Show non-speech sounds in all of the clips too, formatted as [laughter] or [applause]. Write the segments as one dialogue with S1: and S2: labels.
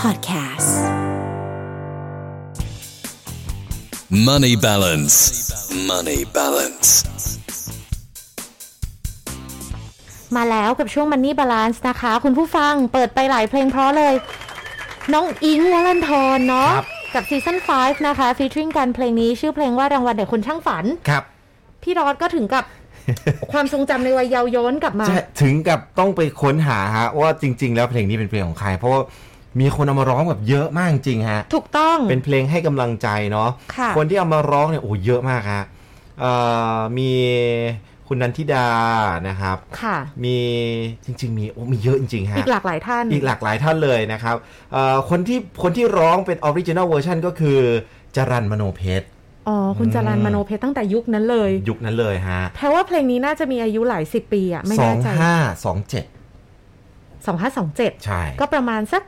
S1: Podcasts.
S2: Money balance. Money balance.
S1: มาแล้วกับช่วง Money Balance นะคะ คุณผู้ฟังเปิดไปหลายเพลงเพราะเลย น้องอิงค์วลันทรเนาะ
S3: ครับ
S1: กับซีซั่น5นะคะฟี t ริ n งกันเพลงนี้ชื่อเพลงว่ารางวัลเด็กคนช่างฝัน
S3: ครับ
S1: พี่รอดก็ถึง
S3: [laughs]
S1: กับ ความทรงจำในวัยเยาว์ย้อนกลับมา
S3: ใช่ ถึงกับต้องไปค้นหาฮะว่าจริง ๆ แล้วเพลงนี้เป็นเพลงของใคร เพราะว่ามีคนเอามาร้องแบบเยอะมากจริงฮะ
S1: ถูกต้อง
S3: เป็นเพลงให้กำลังใจเนาะ
S1: ค่ะ
S3: คนที่เอามาร้องเนี่ยโอ้โหเยอะมากฮะเอ่อมีคุณนันทิดานะครับ
S1: ค่ะ
S3: มีจริง ๆ มีโอ้มีเยอะจริงๆฮะ
S1: อีกหลากหลายท่าน
S3: อีกหลากหลายท่านเลยนะครับเอ่อคนที่คนที่ร้องเป็นออริจิน l ลเวอร์ชันก็คือจรันมโนเพชร
S1: อ๋อ คุณ
S3: อืม
S1: จรันมโนเพชรตั้งแต่ยุคนั้นเลย
S3: ยุคนั้นเลยฮะ
S1: แปลว่าเพลงนี้น่าจะมีอายุหลายสิบปีอะไม่
S3: สอ
S1: แน่
S3: ง
S1: ใจ
S3: ห้าสองเจ็ด
S1: สองห้าสองเจ็ด
S3: ใช่
S1: ก็ประมาณสัก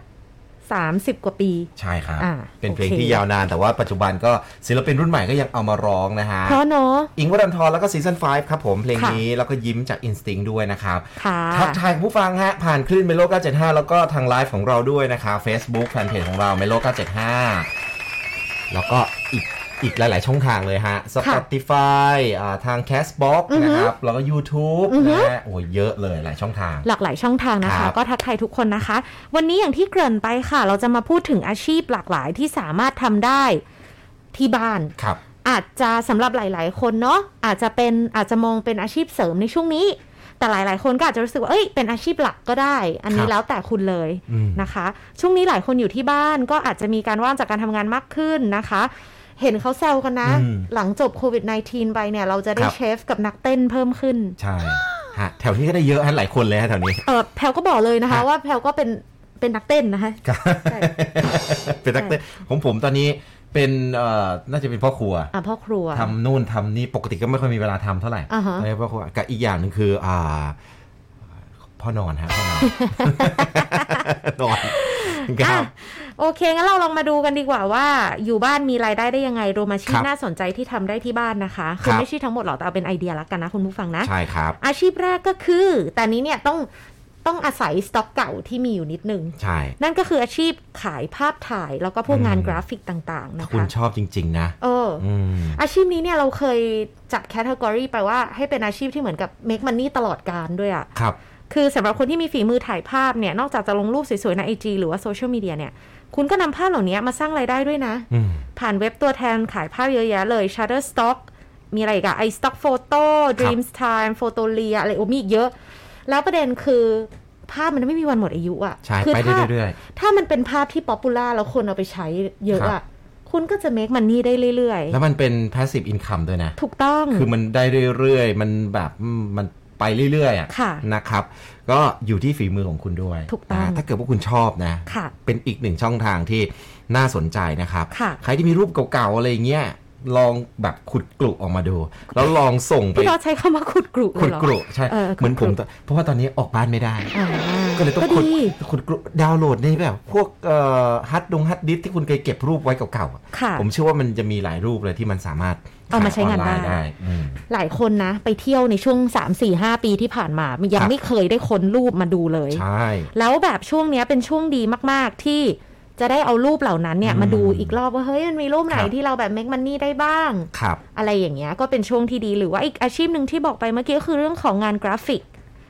S1: สามสิบกว่าปี
S3: ใช่ครับ
S1: อ่า
S3: เป็นเพลง
S1: โอเค
S3: ที่ยาวนานแต่ว่าปัจจุบันก็ศิลปินรุ่นใหม่ก็ยังเอามาร้องนะฮะ
S1: เพราะเนาะ
S3: อิงค์วรันทรแล้วก็ซีซั่น5ครับผมเพลงนี้ แล้วก็ยิ้มจาก Instinct ด้วยนะครับ
S1: ค่ะ
S3: ทักทายผู้ฟังฮะ ผ่านคลื่นเมโล975 แล้วก็ทางไลฟ์ของเราด้วยนะครับ Facebook แฟนเพจของเราเมโล975 แล้วก็อีกอีกหลาย ๆ ช่องทางเลยฮะ Spotify อ่าทาง Castbox นะครับ แล้วก็ YouTube นะฮะโอ้ยเยอะเลยหลายช่องทาง
S1: หลากหลายช่องทางนะ
S3: ครั
S1: คะ
S3: บ
S1: ก็ทักทายทุกคนนะคะ วันนี้อย่างที่เกริ่นไปค่ะ เราจะมาพูดถึงอาชีพหลากหลายที่สามารถทำได้ที่บ้าน
S3: ครับ
S1: อาจจะสำหรับหลาย ๆ คนเนาะอาจจะเป็นอาจจะมองเป็นอาชีพเสริมในช่วงนี้ แต่หลาย ๆ คนก็อาจจะรู้สึกว่าเอ้ยเป็นอาชีพหลักก็ได้ อันนี้
S3: ครับ
S1: แล้วแต่คุณเลย
S3: อืม
S1: นะคะ ช่วงนี้หลายคนอยู่ที่บ้านก็อาจจะมีการว่างจากการทำงานมากขึ้นนะคะ เห็นเขาแซวกันนะ
S3: อืม
S1: หลังจบโควิด -19 ไปเนี่ยเราจะได้
S3: ครับ
S1: เชฟกับนักเต้นเพิ่มขึ้น
S3: ใช่ฮะแถวนี้ก็ได้เยอะฮะหลายคนเลยฮะแถวนี้
S1: เออแพลวก็บอกเลยนะคะ
S3: ฮะ
S1: ว่าแพลวก็เป็นเป็นนักเต้นนะคะ
S3: ครับ
S1: ใช่
S3: [laughs] เป็นนักเต้นของผมตอนนี้เป็นเอ่อน่าจะเป็นพ่อครัว
S1: อ่ะพ่อครัว
S3: ทำนู่นทำนี่ปกติก็ไม่ค่อยมีเวลาทำเท่าไหร่
S1: อ่าฮะ
S3: เออพ่อครัวกับอีกอย่างหนึ่งคืออ่าพ่อนอนฮะพ่อนอน [laughs] นอนครับ
S1: โอเคงั้นเราลองมาดูกันดีกว่าว่า อยู่บ้านมีรายได้ได้ยังไงรวมอาชี
S3: ค
S1: พ
S3: รับ
S1: น่าสนใจที่ทำได้ที่บ้านนะคะ
S3: ครับ
S1: อไม่ใช่ทั้งหมดหรอกแต่เอาเป็นไอเดียละกันนะคุณผู้ฟังนะ
S3: ใช่ครับ
S1: อาชีพแรกก็คือ แต่นี้เนี่ยต้องต้องอาศัยสต็อกเก่าที่มีอยู่นิดนึง
S3: ใช่
S1: นั่นก็คืออาชีพขายภาพถ่าย แล้วก็พวกงาน
S3: อืม
S1: กราฟิกต่างๆ
S3: ถ้า
S1: นะ
S3: คุณ
S1: คะ
S3: ชอบจริง ๆ นะ
S1: เอออ
S3: อืม
S1: อาชีพนี้เนี่ยเราเคยจัดแคตตากรีไปว่าให้เป็นอาชีพที่เหมือนกับ make money ตลอดการด้วยอะ
S3: ครับ
S1: คือสำหรับคนที่มีฝีมือถ่ายภาพเนี่ย นอกจากจะลงรูปสวยๆในไอจหรือว่าโซเชียลมีเดียเนี่ย คุณก็นำภาพเหล่านี้มาสร้างไรายได้ด้วยนะ
S3: อืม
S1: ผ่านเว็บตัวแทนขายภาพเยอะแยะเลย Shutterstock มีอะไรอีกอะ iStock Photo Dreams Time Photolia อะไรโอ้มีอีกเยอะ แล้วประเด็นคือภาพมันไม่มีวันหมดอายุอะ
S3: ใช่
S1: คื
S3: ไป
S1: ถ้า
S3: เรื่อย
S1: ถ้ามันเป็นภาพที่ป๊อปปูล่าแล้วคนเอาไปใช้เยอะ
S3: ครั
S1: อะ
S3: บ
S1: คุณก็จะ make money ได้เรื่อย
S3: ๆ แล้วมันเป็น passive income ด้วยนะ
S1: ๆ ถูกต้อง
S3: คือมันได้เรื่อยๆ มันแบบอืมมันไปเรื่อยๆอะ
S1: ค่ะ
S3: นะครับ ก็อยู่ที่ฝีมือของคุณด้วย
S1: ถูกต้อง
S3: นะถ้าเกิดว่าคุณชอบนะ
S1: ค่ะ
S3: เป็นอีกหนึ่งช่องทางที่น่าสนใจนะครับ
S1: ค่ะ
S3: ใครที่มีรูปเก่าๆ อะไรอย่างเงี้ย ลองแบบขุดกลุออกมาดู แล้วลองส่งไป
S1: พี่เราใช้คำว่าขุดกรุเล
S3: ขุ
S1: ย
S3: ด
S1: เหรอ
S3: กลุใช่
S1: เออขุดกรุ
S3: เหมือนผมตอนเพราะว่าตอนนี้ออกบ้านไม่ได้
S1: อ่า
S3: ก็เลยต้อง
S1: ก็
S3: ขุด
S1: ดี
S3: ขุดกลุดาวน์โหลดในแบบ พวกเอ่อฮัดดงฮัดดิสที่คุณเคยเก็บรูปไว้เก่าๆอะ
S1: ค่ะ
S3: ผมเชื่อว่ามันจะมีหลายรูปเลยที่มันสามารถ
S1: เอามาใช้งาน
S3: ขยออล
S1: ได้
S3: ได้อืม
S1: หลายคนนะ ไปเที่ยวในช่วง 3 4 5 ปีที่ผ่านมา ยัง
S3: ครับ
S1: ไม่เคยได้ค้นรูปมาดูเลย
S3: ใช่
S1: แล้วแบบช่วงเนี้ยเป็นช่วงดีมาก ๆ ที่จะได้เอารูปเหล่านั้นเนี่ย
S3: อืม
S1: มาดูอีกรอบว่า เฮ้ย มันมีรูปไหน
S3: ครับ
S1: ที่เราแบบเม k มันนี่ได้บ้าง
S3: ครับ
S1: อะไรอย่างเงี้ยก็เป็นช่วงที่ดีหรือว่าอีกอาชีพหนึ่งที่บอกไปเมื่อกี้ก็คือเรื่องของงานกราฟิก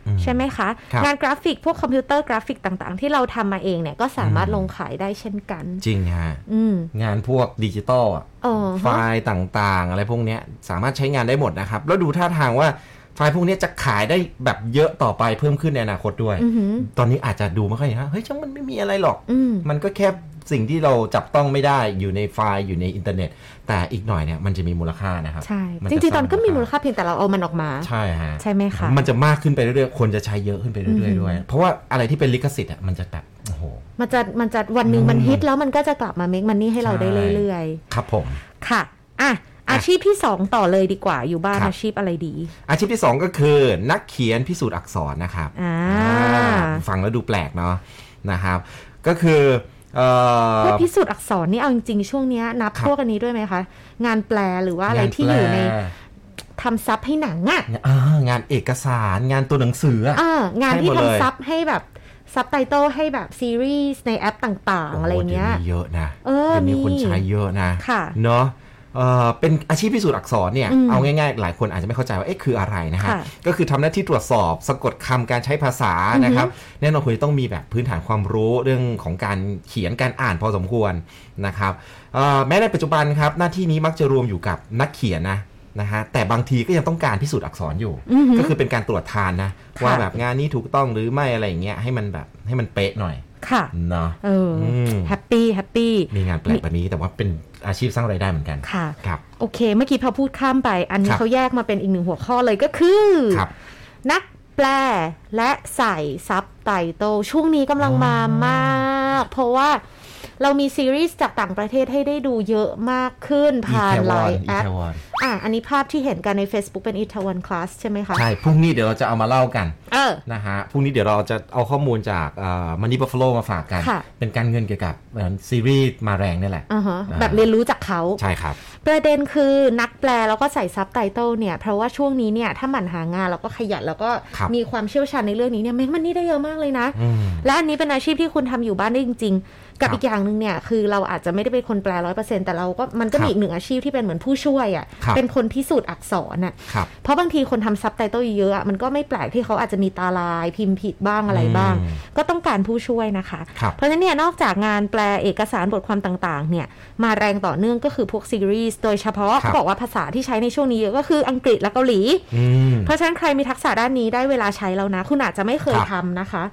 S3: อืม
S1: ใช่ไหมคะ
S3: ครับ
S1: งานกราฟิกพวกคอมพิวเตอร์กราฟิกต่างๆ ที่เราทำมาเองเนี่ยก็สามารถลงขายได้เช่นกัน
S3: จริงฮะ
S1: อืม
S3: งานพวกดิจิตอลอะ
S1: อ๋อ
S3: ไฟล์ต่างๆ อะไรพวกเนี้ยสามารถใช้งานได้หมดนะครับ แล้วดูท่าทางว่าไฟล์พวกเนี้ยจะขายได้แบบเยอะต่อไปเพิ่มขึ้นในอนาคตด้วย
S1: อือหือ
S3: ตอนนี้อาจจะดูไม่ค่อยเห็นว่าเฮ้ยช่างมันไม่มีอะไรหรอก
S1: อืม
S3: มันก็แค่สิ่งที่เราจับต้องไม่ได้อยู่ในไฟล์อยู่ในอินเทอร์เน็ต แต่อีกหน่อยเนี่ยมันจะมีมูลค่านะครับ
S1: ใช่
S3: มั
S1: จริงๆ ตอนก็มีมูล
S3: ส
S1: ค่าเพียงแต่เราเอามันออกมา
S3: ร้างใช่ฮะ
S1: ใช่ไหมคะ
S3: มันจะมากขึ้นไปเรื่อยๆคนจะใช้เยอะขึ้นไปเรื่อยๆด้วย เพราะว่าอะไรที่เป็นลิขสิทธิ์อะมันจะแบบโอ้โห
S1: มันจะมันจะวันหนึ่ง
S3: อืม
S1: มันฮิตแล้วมันก็จะกลับมาเม k มันนี่ให้เราได้
S3: ใช่
S1: เรื่อย
S3: ครับผม
S1: ๆ ค่ะ อ่ะ อาชีพที่สองต่อเลยดีกว่าอยู่บ้าน
S3: ครับ
S1: อาชีพอะไรดี
S3: อาชีพที่ 2 ก็คือนักเขียนพิสูจน์อักษรนะครับ
S1: อ่า
S3: อ่าฟังแล้วดูแปลกเนาะนะครับ ก็คือเอ่อ
S1: พวกพิสูจน์อักษรนี่เอาจริงๆ ช่วงเนี้ยนับ
S3: ครับ
S1: พวกอันนี้ด้วยไหมคะ งานแปลหรือว่าอะไรที่อยู่ใน
S3: งานแปล
S1: ทำซับให้หนังอะ
S3: อ่างานเอกสารงานตัวหนังสืออะ
S1: อ่างาน
S3: ให้
S1: ที่
S3: หมดเลย
S1: ทำซับให้แบบ ซับไตเติลให้แบบซีรีส์ในแอปต่างๆ อะไรเงี้ย
S3: โโหดี๋วนี้เยอะนะ
S1: เออ
S3: ดี๋ยว
S1: มี
S3: นี้คนใช้เยอะนะ
S1: ค่ะ
S3: เนาะเออเป็นอาชีพพิสูจน์อักษรเนี่ย
S1: อืม
S3: เอาง่ายๆ หลายคนอาจจะไม่เข้าใจว่า เอ๊ะคืออะไรนะฮะ
S1: ค่ะ
S3: ก็คือทำหน้าที่ตรวจสอบสะกดคำการใช้ภาษานะครับ แน่นอนคุณจะต้องมีแบบพื้นฐานความรู้เรื่องของการเขียนการอ่านพอสมควรนะครับเอ่อแม้ในปัจจุบันครับ หน้าที่นี้มักจะรวมอยู่กับนักเขียนนะนะฮะ แต่บางทีก็ยังต้องการพิสูจน์อักษรอยู่
S1: อือฮึ
S3: ก็คือเป็นการตรวจทานนะ ว่า
S1: ค่ะ
S3: แบบงานนี้ถูกต้องหรือไม่อะไรอย่างเงี้ย ให้มันแบบให้มันเป๊ะหน่อย
S1: ค่ะ
S3: เนาะ
S1: เอออ
S3: ม
S1: แฮปปี้แฮปปี้
S3: มีงานแปลกแบบนี้แต่ว่าเป็นอาชีพสร้างรายได้เหมือนกัน
S1: ค่ะ
S3: ครับ
S1: โอเค เมื่อกี้พอพูดข้ามไป อันนี้
S3: ครับ
S1: เขาแยกมาเป็นอีกหนึ่งหัวข้อเลยก็คือ
S3: ครับ
S1: นักแปลและใส่ซับไตเติลช่วงนี้กำลังมามาก เพราะว่าเรามีซีรีส์จากต่างประเทศให้ได้ดูเยอะมากขึ้น
S3: อี
S1: ผ่าน
S3: เทว
S1: ไล
S3: อน
S1: น์แอ
S3: อี
S1: ป
S3: เทวอน
S1: อ่ะอันนี้ภาพที่เห็นกันใน Facebook เป็น i t a w a n Class ใช่ไหมคะ
S3: ใช่พรุ่งนี้เดี๋ยวเราจะเอามาเล่ากัน
S1: เออ
S3: นะฮะพรุ่งนี้เดี๋ยวเราจะเอาข้อมูลจากมันนี่บัฟเฟลมาฝากกัน
S1: ค่ะ
S3: เป็นการเงินเกี่ยวกับเอ่อซีรีส์มาแรงนี่แหละ
S1: อ่าฮะ
S3: อ่า
S1: แบบเรียนรู้จากเขา
S3: ใช่ครับ
S1: ประเด็นคือนักแปลแล้วก็ใส่ซับไตเติลเนี่ย เพราะว่าช่วงนี้เนี่ยถ้าหมั่นหางานแล้วก็ขยันแล้วก็
S3: ครับ
S1: มีความเชี่ยวชาญในเรื่องนี้เนี่ยแม่งมันนี่ได้เยอะมากเลยนะ
S3: อืม
S1: และอันนี้เป็นอาชีพที่คุณทำอยู่บ้านได้จริง ๆ กับ
S3: ค
S1: อี
S3: รับ
S1: กอย่างหนึ่งเนี่ย คือเราอาจจะไม่ได้เป็นคนแปลร้อยเปอร์เซ็นแต่เราก็มันก็
S3: ครับ
S1: มีอีกหนึ่งอาชีพที่เป็นเหมือนผู้ช่วยอะ
S3: ครับ
S1: ่ะเป็นคนพิสูจน์อักษรอ่ะ
S3: ครับ
S1: เพราะบางทีคนทำซับไตเติลเยอะๆอะมันก็ไม่แปลกที่เขาอาจจะมีตาลายพิมพ์ผิดบ้างอะไรบ้าง
S3: อืม
S1: ก็ต้องการผู้ช่วยนะคะ
S3: ครับ
S1: เพราะฉะนั้นเนี่ยนอกจากงานแปลเอกสารบทความต่างๆ เนี่ยมาแรงต่อเนื่องก็คือพวกซีรีส์โดยเฉพาะ
S3: ครั
S1: เขา
S3: บ
S1: บอกว่าภาษาที่ใช้ในช่วงนี้เยอะก็คืออังกฤษและเกาหลี
S3: อืม
S1: เพราะฉะนั้นใครมีทักษะด้านนี้ได้เวลาใช้แล้วนะ คุณอาจจะไม่เคย
S3: ครับ
S1: ทำนะคะ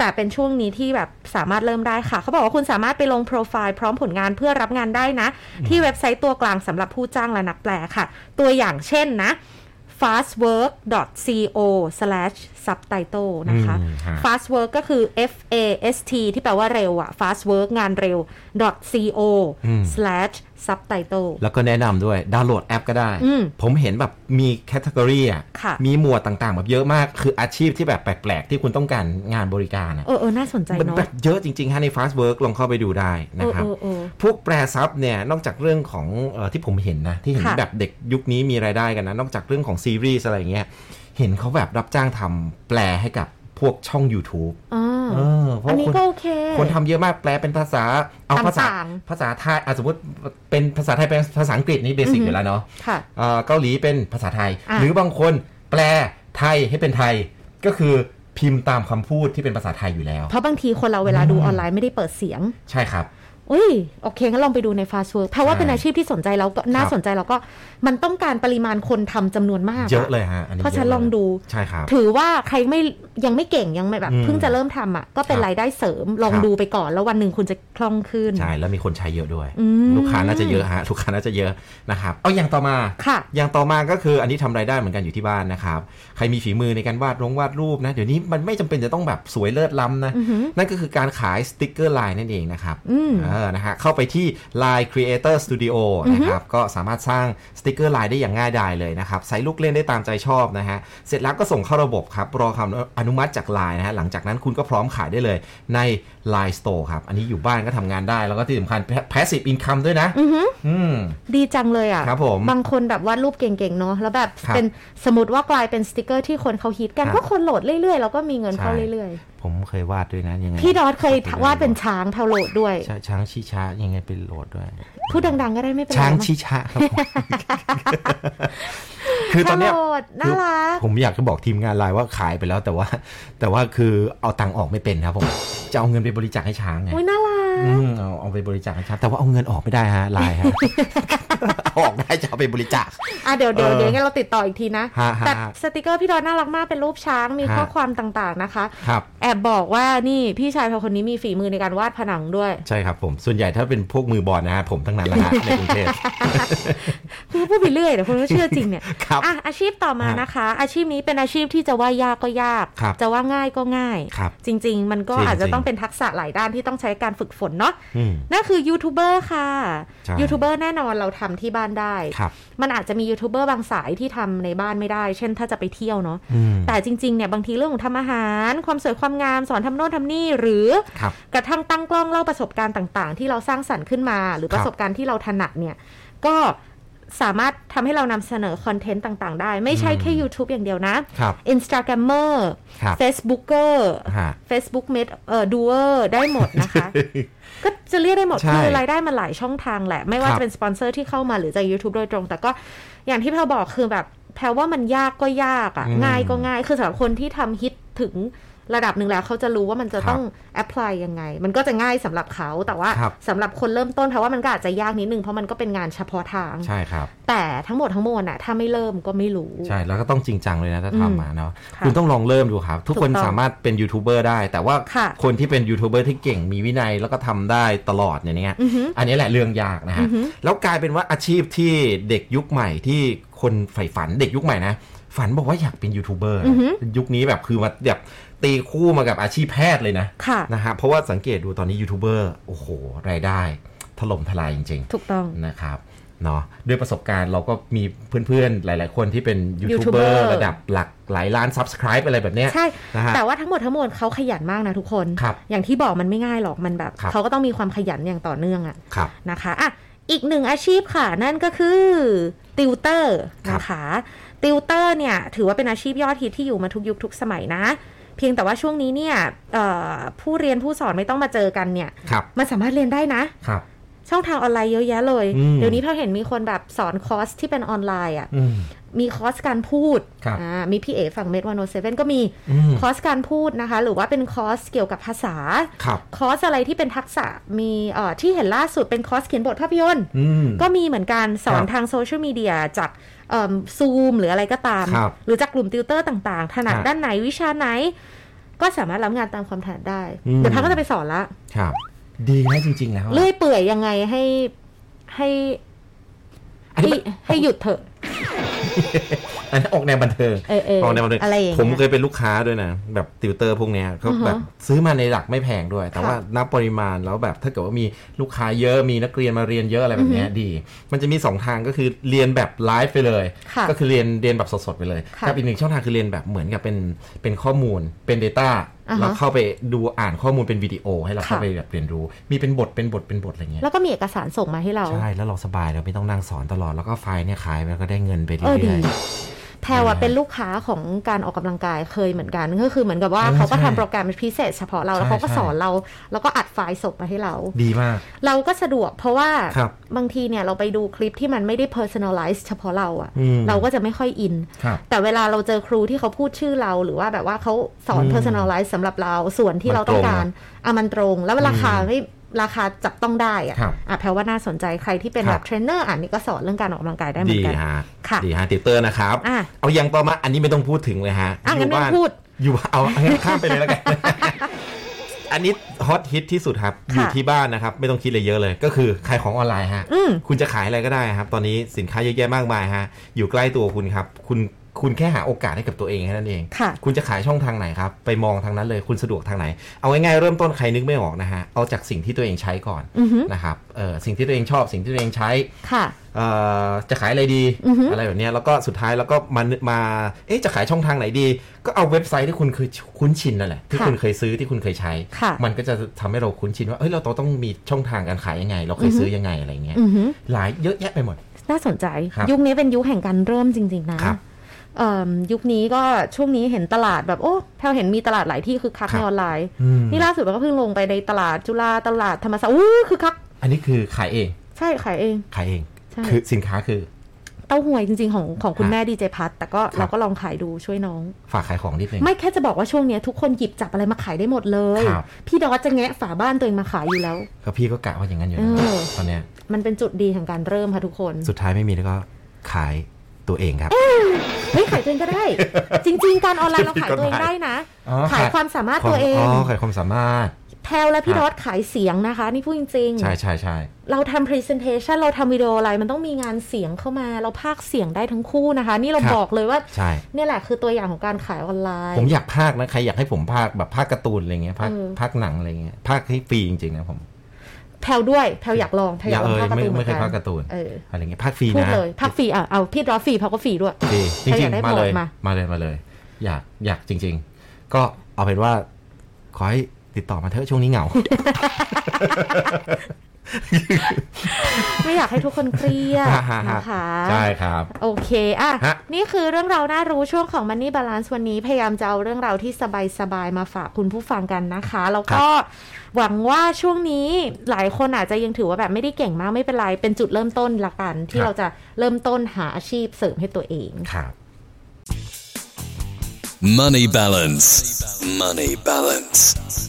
S1: แต่เป็นช่วงนี้ที่แบบสามารถเริ่มได้ค่ะ เขาบอกว่าคุณสามารถไปลงโปรไฟล์พร้อมผลงานเพื่อรับงานได้นะ ที่เว็บไซต์ตัวกลางสำหรับผู้จ้างและนักแปลค่ะ ตัวอย่างเช่นนะ fastwork.co/subtitle นะคะ
S3: อืมฮะ
S1: fast work ก็คือ f a s t ที่แปลว่าเร็วอะ fast work งานเร็ว co
S3: อืม
S1: slash subtitle
S3: แล้วก็แนะนำด้วยดาวน์โหลดแอปก็ได้
S1: อืม
S3: ผมเห็นแบบมีแคตตากรีอ่ะ
S1: ค่ะ
S3: มีหมวดต่างๆ แบบเยอะมากคืออาชีพที่แบบแปลกๆ ที่คุณต้องการงานบริการอะ
S1: เออเออน่าสนใจ
S3: มัน
S1: เนาะ
S3: แบบเยอะจริงๆฮะใน Fast Work ลองเข้าไปดูได้
S1: เอ
S3: นะ
S1: อ
S3: ครั
S1: เอบ อเออ
S3: พวกแปรซับเนี่ยนอกจากเรื่องของเออที่ผมเห็นนะ ที่เห็น
S1: ค่ะ
S3: แบบเด็กยุคนี้มีรายได้กันนะ นอกจากเรื่องของซีรีส์อะไรเงี้ยเห็นเขาแบบรับจ้างทำแปลให้กับพวกช่อง YouTube
S1: อ่า
S3: เออเพราะ
S1: อันนี้
S3: คน
S1: ก็โอเค
S3: คนทำเยอะมากแปลเป็นภาษาเอาภาษา
S1: ต่าง
S3: ภาษาไทยอ่ะสมมติเป็นภาษาไทยเป็นภาษาอังกฤษนี่เบสิก
S1: อือฮึ
S3: อยู่แล้วเนาะ
S1: ค่ะ
S3: เอ่อเกาหลีเป็นภาษาไทย
S1: อ่ะ
S3: หรือบางคนแปลไทยให้เป็นไทยก็คือพิมพ์ตามคำพูดที่เป็นภาษาไทยอยู่แล้ว
S1: เพราะบางทีคนเราเวลาดูออนไลน์ไม่ได้เปิดเสียง
S3: ใช่ครับ
S1: อุ้ย โอเคงั้นลองไปดูใน fast work เพราะว่า
S3: ใช่
S1: เป็นอาชีพที่สนใจแล้วก็น่า
S3: ครับ
S1: สนใจแล้วก็มันต้องการปริมาณคนทำจำนวนมาก
S3: เยอะเลยฮะอันนี้
S1: เพราะฉัน
S3: ย
S1: ลองดู
S3: ใช่ครับ
S1: ถือว่าใครไม่ยังไม่เก่งยังไม่แบบ
S3: อืม
S1: เพิ่งจะเริ่มทำอ่ะ ก็เป็น
S3: ครับ
S1: รายได้เสริมลอง
S3: ครับ
S1: ดูไปก่อนแล้ววันหนึ่งคุณจะคล่องขึ้น
S3: ใช่ แล้วมีคนใช้เยอะด้วย
S1: อืม
S3: ลูกค้าน่าจะเยอะฮ [laughs] ะ ลูกค้าน่าจะเยอะนะครับ เอาอย่างต่อมา
S1: ค่ะ
S3: อย่างต่อมาก็คืออันนี้ทำรายได้เหมือนกันอยู่ที่บ้านนะครับ ใครมีฝีมือในการวาดรงวาดรูปนะ เดี๋ยวนี้มันไม่จำเป็นจะต้องแบบสวยเลิศล้ำนะ
S1: อือหือ
S3: นั่นก็คือการขายสติกเกอร์ไลน์นั่นเองนะครับ
S1: อืม
S3: เออนะฮะเข้าไปที่ Line Creator Studio นะครับ ก็สามารถสร้างสติกเกอร์ไลน์ได้อย่างง่ายดายเลยนะครับ ใส่ลูกเล่นได้ตามใจชอบนะฮะ เสร็จแล้วก็ส่งเข้าระบบครับ รอคำอนุมัติจาก Line นะฮะ หลังจากนั้นคุณก็พร้อมขายได้เลยใน Line Store ครับ อันนี้อยู่บ้านก็ทำงานได้ แล้วก็ที่สำคัญ Passive Income ด้วยนะ
S1: อือหือ
S3: อืม
S1: ดีจังเลยอ่ะ
S3: ครับผม
S1: งคนแบบวาดรูปเก่งๆเนาะแล้วแบบ
S3: ครับ
S1: เป็นสมมติว่ากลายเป็นสติกเกอร์ที่คนเขาฮิตกัน
S3: ครับ
S1: ก็คนโหลดเรื่อยๆแล้วก็มีเงินเข้า
S3: ใช่
S1: เรื่อยๆ
S3: ผมเคยวาดด้วยนะยังไง
S1: พี่ดอทเคยวาดเป็นช้างเทาโหลดด้วย
S3: ช้างชี้ช้ายังไงเป็นโหลดด้วย
S1: พูดดังๆก็ได้ไม่เป็นไร
S3: ช้าง
S1: มั้ง
S3: ชี้ช้าครับผม
S1: [laughs]
S3: คือตอนเนี้ย
S1: เทาโหลดน่ารัก
S3: ผมอยากจะบอกทีมงานไลน์ว่าขายไปแล้วแต่ว่า แต่ว่าคือเอาตังค์ออกไม่เป็นครับผม จะเอาเงินไปบริจาคให้ช้างไง
S1: อุ้ยน่ารัก
S3: อืมเอาเอาไปบริจาคให้ช้างแต่ว่าเอาเงินออกไม่ได้ฮะ
S1: [laughs]
S3: ไลน์ฮะ ออกได้จะเอาไปบริจาค
S1: อ่ะเดี๋ยวเดี๋ยว
S3: เออ
S1: เดี๋ยวงั้นเราติดต่ออีกทีนะ
S3: ฮะฮะ
S1: แต่สติกเกอร์พี่ดอทน่ารักมากเป็นรูปช้างมี
S3: ฮะ
S1: ข้อความต่างๆนะคะ
S3: ครับ
S1: แอบบอกว่านี่พี่ชายเขาคนนี้มีฝีมือในการวาดผนังด้วย
S3: ใช่ครับผม ส่วนใหญ่ถ้าเป็นพวกมือบอลนะฮะผมทั้งนั้นแหละฮะในกรุงเทพ
S1: คือพูดไปเรื่อยเดี๋ยวคนก็เชื่อจริงเนี่ย
S3: ครับ
S1: อ่ะอาชีพต่อมา
S3: ฮะ
S1: นะคะ อาชีพนี้เป็นอาชีพที่จะว่ายากก็ยาก
S3: ครับ
S1: จะว่าง่ายก็ง่าย
S3: ครับ
S1: จริง ๆ มันก็
S3: จริงๆ
S1: อาจจะต้องเป็นทักษะหลายด้านที่ต้องใช้การฝึกฝนเนาะ
S3: อืม
S1: นั่นคือยูทูบเบอร์ค่ะ
S3: ใช่
S1: ยูทูบเบอร์แน่นอนเราทำที่บ้านได้
S3: ครับ
S1: มันอาจจะมียูทูบเบอร์บางสายที่ทำในบ้านไม่ได้ เช่นถ้าจะไปเที่ยวเนาะ
S3: อืม
S1: แต่จริงๆเนี่ยบางทีเรื่องของทำอาหาร ความสวยความงามสอนทำโน่นทำนี่หรือ
S3: ครับ
S1: กระทั่งตั้งกล้องเล่าประสบการณ์ต่างๆ ที่เราสร้างสรรค์ขึ้นมา หรือ
S3: ครับ
S1: ประสบการณ์ที่เราถนัดเนี่ย ก็ สามารถทำให้เรานำเสนอคอนเทนต์ต่างๆ ได้ ไม่ใช่แค่ YouTube อย่างเดียวนะ
S3: ครับ
S1: Instagrammer
S3: ครับ
S1: Facebooker
S3: ฮะ
S1: Facebook Med เอ่อ Doer ได้หมดนะคะ ก็จะเรียกได้หมด
S3: ใช่
S1: คือรายได้มันหลายช่องทางแหละ ไม่ว่า
S3: ครับ
S1: จะเป็นสปอนเซอร์ที่เข้ามาหรือจาก YouTube โดยตรง แต่ก็อย่างที่แพลบอกคือแบบแพลว่ามันยากก็ยากอะ่ะ
S3: อืม
S1: ง่ายก็ง่าย คือสำหรับคนที่ทำฮิตถึงระดับหนึ่งแล้วเขาจะรู้ว่ามันจะต้องแอพพลายยังไง มันก็จะง่ายสำหรับเขาแต่ว่า
S3: ครับ
S1: สำหรับคนเริ่มต้นแพลว่ามันก็อาจจะยากนิดนึงเพราะมันก็เป็นงานเฉพาะทาง
S3: [laughs] ใช่ครับ
S1: แต่ทั้งหมดทั้งมวลน่ะถ้าไม่เริ่มก็ไม่รู้
S3: ใช่แล้วก็ต้องจริงจังเลยนะถ้า
S1: อืม
S3: ทำมาเนาะ
S1: ค่ะ
S3: คุณต้องลองเริ่มดูครับ ทุก
S1: ถูก
S3: คน
S1: ต้อง
S3: สามารถเป็นยูทูบเบอร์ได้ แต่ว่า
S1: ค่ะ
S3: คนที่เป็นยูทูบเบอร์ที่เก่งมีวินัยแล้วก็ทำได้ตลอดอย่างเนี้ย
S1: อือหือ
S3: อันนี้แหละเรื่องยากนะฮะ
S1: อือหือ
S3: แล้วกลายเป็นว่าอาชีพที่เด็กยุคใหม่ที่คนใฝ่ฝันเด็กยุคใหม่นะฝันบอกว่าอยากเป็นยูทูบเบอร์ยุคนี้แบบคือมาแบบตีคู่มากับอาชีพแพทย์เลยนะ
S1: ค่ะ
S3: นะฮะเพราะว่าสังเกตดูตอนนี้ยูทูบเบอร์โอ้โหรายได้ถล่มทลายจริง ๆ
S1: ถูกต้อง
S3: นะครับเนาะด้วยประสบการณ์เราก็มีเพื่อนๆ หลายๆ คนที่เป็นยูทูบเบอ
S1: YouTuber
S3: ร์ระดับหลักหลายล้าน Subscribe อะไรแบบเนี้ย
S1: ใช่
S3: นะฮะ
S1: แต่ว่าทั้งหมดทั้งมวลเขาขยันมากนะทุกคน
S3: ครับ
S1: อย่างที่บอกมันไม่ง่ายหรอก มันแบบ
S3: ครับ
S1: เขาก็ต้องมีความขยันอย่างต่อเนื่องอะ
S3: ครับ
S1: นะคะอ่ะอีกหนึ่งอาชีพค่ะ นั่นก็คือติวเตอร์
S3: ครับ
S1: นะคะ ติวเตอร์เนี่ย ถือว่าเป็นอาชีพยอดฮิตที่อยู่มาทุกยุคทุกสมัยนะ เพียงแต่ว่าช่วงนี้เนี่ยเอ่อผู้เรียนผู้สอนไม่ต้องมาเจอกันเนี่ย
S3: ครับ
S1: มันสามารถเรียนได้นะ
S3: ครับ
S1: ช่องทางออนไลน์เยอะแยะเลย
S3: อืม
S1: เดี๋ยวนี้เราเห็นมีคนแบบสอนคอร์สที่เป็นออนไลน์อะ
S3: อืม
S1: มีคอร์สการพูด
S3: ครับ
S1: อ่ามีพี่เอฝั่งเมดวันโอเซเว่นก็มี
S3: อืม
S1: คอร์สการพูดนะคะ หรือว่าเป็นคอร์สเกี่ยวกับภาษา
S3: ครับ
S1: คอร์สอะไรที่เป็นทักษะ มีเอ่อที่เห็นล่าสุดเป็นคอร์สเขียนบทภาพยนตร์
S3: อืม
S1: ก็มีเหมือนกันสอน
S3: ครับ
S1: ทางโซเชียลมีเดียจากซูมหรืออะไรก็ตาม
S3: ครับ
S1: หรือจากกลุ่มติวเตอร์ต่างๆ ถนัด
S3: ครับ
S1: ด้านไหนวิชาไหน ก็สามารถรับงานตามความถนัดได้
S3: อืม
S1: เดี๋ยวพักก็จะไปสอนละ
S3: ครับ ดีนะจริง ๆ แล้วอะ
S1: เลื่อยเปื่อยยังไงให้ให้
S3: อัน
S1: ให้
S3: นี้
S1: ให้หยุดเถอะ
S3: อันนี้ออกแนวบันเทิง
S1: เออเออ
S3: ออกแนวบันเทิง
S1: อะไรอย่างเงี้ย
S3: ผมเคยเป็นลูกค้าด้วยนะ แบบติวเตอร์พวกเนี้ยเขา
S1: อือฮะ
S3: แบบซื้อมาในหลักไม่แพงด้วย แต่
S1: ค่ะ
S3: ว่านับปริมาณแล้วแบบถ้าเกิดว่ามีลูกค้าเยอะมีนักเรียนมาเรียนเยอะอะไรแบบเนี้ยดี มันจะมีสองทางก็คือเรียนแบบไลฟ์ไปเลย
S1: ค่ะ
S3: ก็คือเรียนเรียนแบบสดๆไปเลย
S1: ค่ะ
S3: กับอีกหนึ่งช่องทางคือเรียนแบบเหมือนกับเป็นเป็นข้อมูลเป็น Data
S1: อ่าฮะ
S3: แล้วเข้าไปดูอ่านข้อมูลเป็นวิดีโอ ให้เรา
S1: ค่ะ
S3: เข้าไปแบบเรียนรู้ มีเป็นบทเป็นบทเป็นบทอะไรเงี้ย
S1: แล้วก็มีเอกสารส่งมาให้เรา
S3: ใช่ แล้วเราสบายเราไม่ต้องนั่งสอนตลอด แล้วก็ไฟล์เนี่ยขายไปแล้วก็ได้เงินไป
S1: เออ
S3: เรื่
S1: ดี
S3: อย
S1: แพรวะเป็นลูกค้าของการออกกำลังกายเคยเหมือนกันก็คือเหมือนกับว่า
S3: เออ
S1: เขาก็
S3: ใช่
S1: ทำโปรแกรมพิเศษเฉพาะเรา แล้ว
S3: ใช่
S1: เขาก็
S3: ใช่
S1: สอนเรา แล้วก็อัดไฟล์ส่งมาให้เรา
S3: ๆ ดีมาก
S1: เราก็สะดวกเพราะว่า
S3: ครับ
S1: บางทีเนี่ยเราไปดูคลิปที่มันไม่ได้ personalize เฉพาะเราอะ
S3: อืม
S1: เราก็จะไม่ค่อยอิน
S3: ครับ
S1: แต่เวลาเราเจอครูที่เขาพูดชื่อเราหรือว่าแบบว่าเขาสอน
S3: อืม
S1: personalize สำหรับเราส่วนที่เราต้องการอ่ะมันตรง แล้วราคาไม่ราคาจับต้องได้อะ
S3: ครับ
S1: อ่ะแพรว่าน่าสนใจใครที่เป็น
S3: ครั
S1: แบบ บเทรนเนอร์อ่ะนี่ก็สอนเรื่องการออกกำลังกายได้เหมือ
S3: ดี
S1: นกัน
S3: ฮะ
S1: ค่ะ
S3: ดีฮะติวเตอร์นะครับ
S1: อ่ะ
S3: เอายังต่อมาอันนี้ไม่ต้องพูดถึงเลยฮะ
S1: อ่ะงั้นไม่
S3: บ้า
S1: ต้องพูด
S3: อยู่บ้านเอางั้นข้ามไปเลยแล้วกัน [laughs] อันนี้ฮอตฮิตที่สุดครับ
S1: ค่ะ
S3: อยู่ที่บ้านนะครับ ไม่ต้องคิดอะไรเยอะเลย ก็คือขายของออนไลน์ฮะ
S1: อืม
S3: คุณจะขายอะไรก็ได้ครับ ตอนนี้สินค้าเยอะแยะมากมายฮะ อยู่ใกล้ตัวคุณครับ คุณคุณแค่หาโอกาสให้กับตัวเองแค่นั้นเอง
S1: ค่ะ
S3: คุณจะขายช่องทางไหนครับ ไปมองทางนั้นเลยคุณสะดวกทางไหน เอาง่ายๆเริ่มต้นใครนึกไม่ออกนะฮะ เอาจากสิ่งที่ตัวเองใช้ก่อน
S1: อือฮึ
S3: นะครับเออสิ่งที่ตัวเองชอบสิ่งที่ตัวเองใช้
S1: ค่ะ
S3: เอ่อจะขายอะไรดี
S1: อือฮึ
S3: อะไรแบบเนี้ยแล้วก็สุดท้ายแล้วก็มามาเอ๊ะจะขายช่องทางไหนดี ก็เอาเว็บไซต์ที่คุณเคยคุ้นชินนั่นแหละที่
S1: ค่ะ
S3: คุณเคยซื้อที่คุณเคยใช้
S1: ค่ะ
S3: มันก็จะทำให้เราคุ้นชินว่าเอ้ยเราต้องมีช่องทางการขายยังไง เราเคยซื้อยังไงอะไรเงี้ย
S1: อือหือ
S3: หลายเยอะแยะไปหมด
S1: น่าสนใจ
S3: ครับ
S1: ยุคนี้เป็นยุคแห่งการเริ่มจริง ๆ นะครับ เอิ่มยุคนี้ก็ช่วงนี้เห็นตลาดแบบโอ้แพลเห็นมีตลาดหลายที่คือคัก
S3: ครับ
S1: ในออนไลน์
S3: อืม
S1: นี่ล่าสุดเราก็เพิ่งลงไปในตลาดจุฬาตลาดธรรมศาสตร์อู้คือคัก
S3: อันนี้คือขายเอง
S1: ใช่ขายเอง
S3: ขายเอง
S1: ใช่
S3: คือสินค้าคือ
S1: เต้าหวยจริง ๆ ของของคุณ
S3: ฮะ
S1: แม่ดีเจพัทแต่ก็
S3: ครับ
S1: เราก็ลองขายดูช่วยน้อง
S3: ฝากขายของนิดนึง
S1: ไม่แค่จะบอกว่าช่วงเนี้ยทุกคนหยิบจับอะไรมาขายได้หมดเลย
S3: ครับ
S1: พี่ดอสจะแงะฝาบ้านตัวเองมาขายอยู่แล้ว
S3: ก็พี่ก็กะว่าอย่างนั้นอยู่แล้ว
S1: เออ
S3: ตอนเนี้ย
S1: มันเป็นจุดดีแห่งการเริ่มค่ะทุกคน
S3: สุดท้ายไม่มีแล้วก็ขายตัวเองครับ
S1: เฮ้ยขายตัวเองก็
S3: [laughs]
S1: ได้ จริง ๆ การออนไลน์เราขายตัวเองได้นะ
S3: อ๋อ
S1: ขาย
S3: ขาย
S1: ความสามารถตัวเอง
S3: อ๋อขายความสามารถ
S1: แพลวและพี่
S3: ครั
S1: ด
S3: บ
S1: อสขายเสียงนะคะ นี่พูดจริง
S3: ใช่ใช่ใช่
S1: ๆ เราทำ presentation เราทำวิดีโออะไรมันต้องมีงานเสียงเข้ามาเราพากย์เสียงได้ทั้งคู่นะคะ นี่เรา
S3: ครับ
S1: บอกเลยว่า
S3: ใช่
S1: เนี่ยแหละคือตัวอย่างของการขายออนไลน์
S3: ผมอยากภาคนะ ใครอยากให้ผมภาคแบบภาคการ์ตูนอะไรเงี้ยภาค
S1: เออ
S3: ภาคหนังอะไรเงี้ยภาคให้ฟรีจริงๆนะผม
S1: แพลวด้วยแพลวอยากลองแพลวอยาก
S3: เอ
S1: ลอง
S3: อ
S1: ภาคการ์
S3: ไม่
S1: ตูนเหมื
S3: ไม่
S1: อน
S3: เค
S1: กั
S3: ย
S1: น
S3: ภาคการ์ตูน
S1: เออ
S3: อะไรเงี้ยภาคฟรี
S1: พูด
S3: นะ
S1: เลยพักฟรีอ่ะเอาพี่ดอสฟรีแพลวก็ฟรีด้วย
S3: ฟรีจ
S1: ใครอ
S3: ริง
S1: ยากได้
S3: ๆมาเล
S1: โป
S3: ย
S1: รดมา
S3: มาเลยมาเลย อยากอยากจริง ๆ ก็เอาเป็นว่า ขอให้ติดต่อมาเถอะช่วงนี้เหงา
S1: ไม่อยากให้ทุกคนเครียด
S3: ฮ่าฮ่าฮ่า
S1: นะคะ
S3: ใช่ครับ
S1: โอเค อ่ะ
S3: ฮะ
S1: นี่คือเรื่องราวน่ารู้ช่วงของ Money Balance วันนี้พยายามจะเอาเรื่องราวที่สบายๆ มาฝากคุณผู้ฟังกันนะคะ แล้วก็หวังว่าช่วงนี้หลายคนอาจจะยังถือว่าแบบไม่ได้เก่งมากไม่เป็นไร เป็นจุดเริ่มต้นละกัน ที่เราจะเริ่มต้นหาอาชีพเสริมให้ตัวเอง
S3: ครับ
S2: Money balance. Money balance.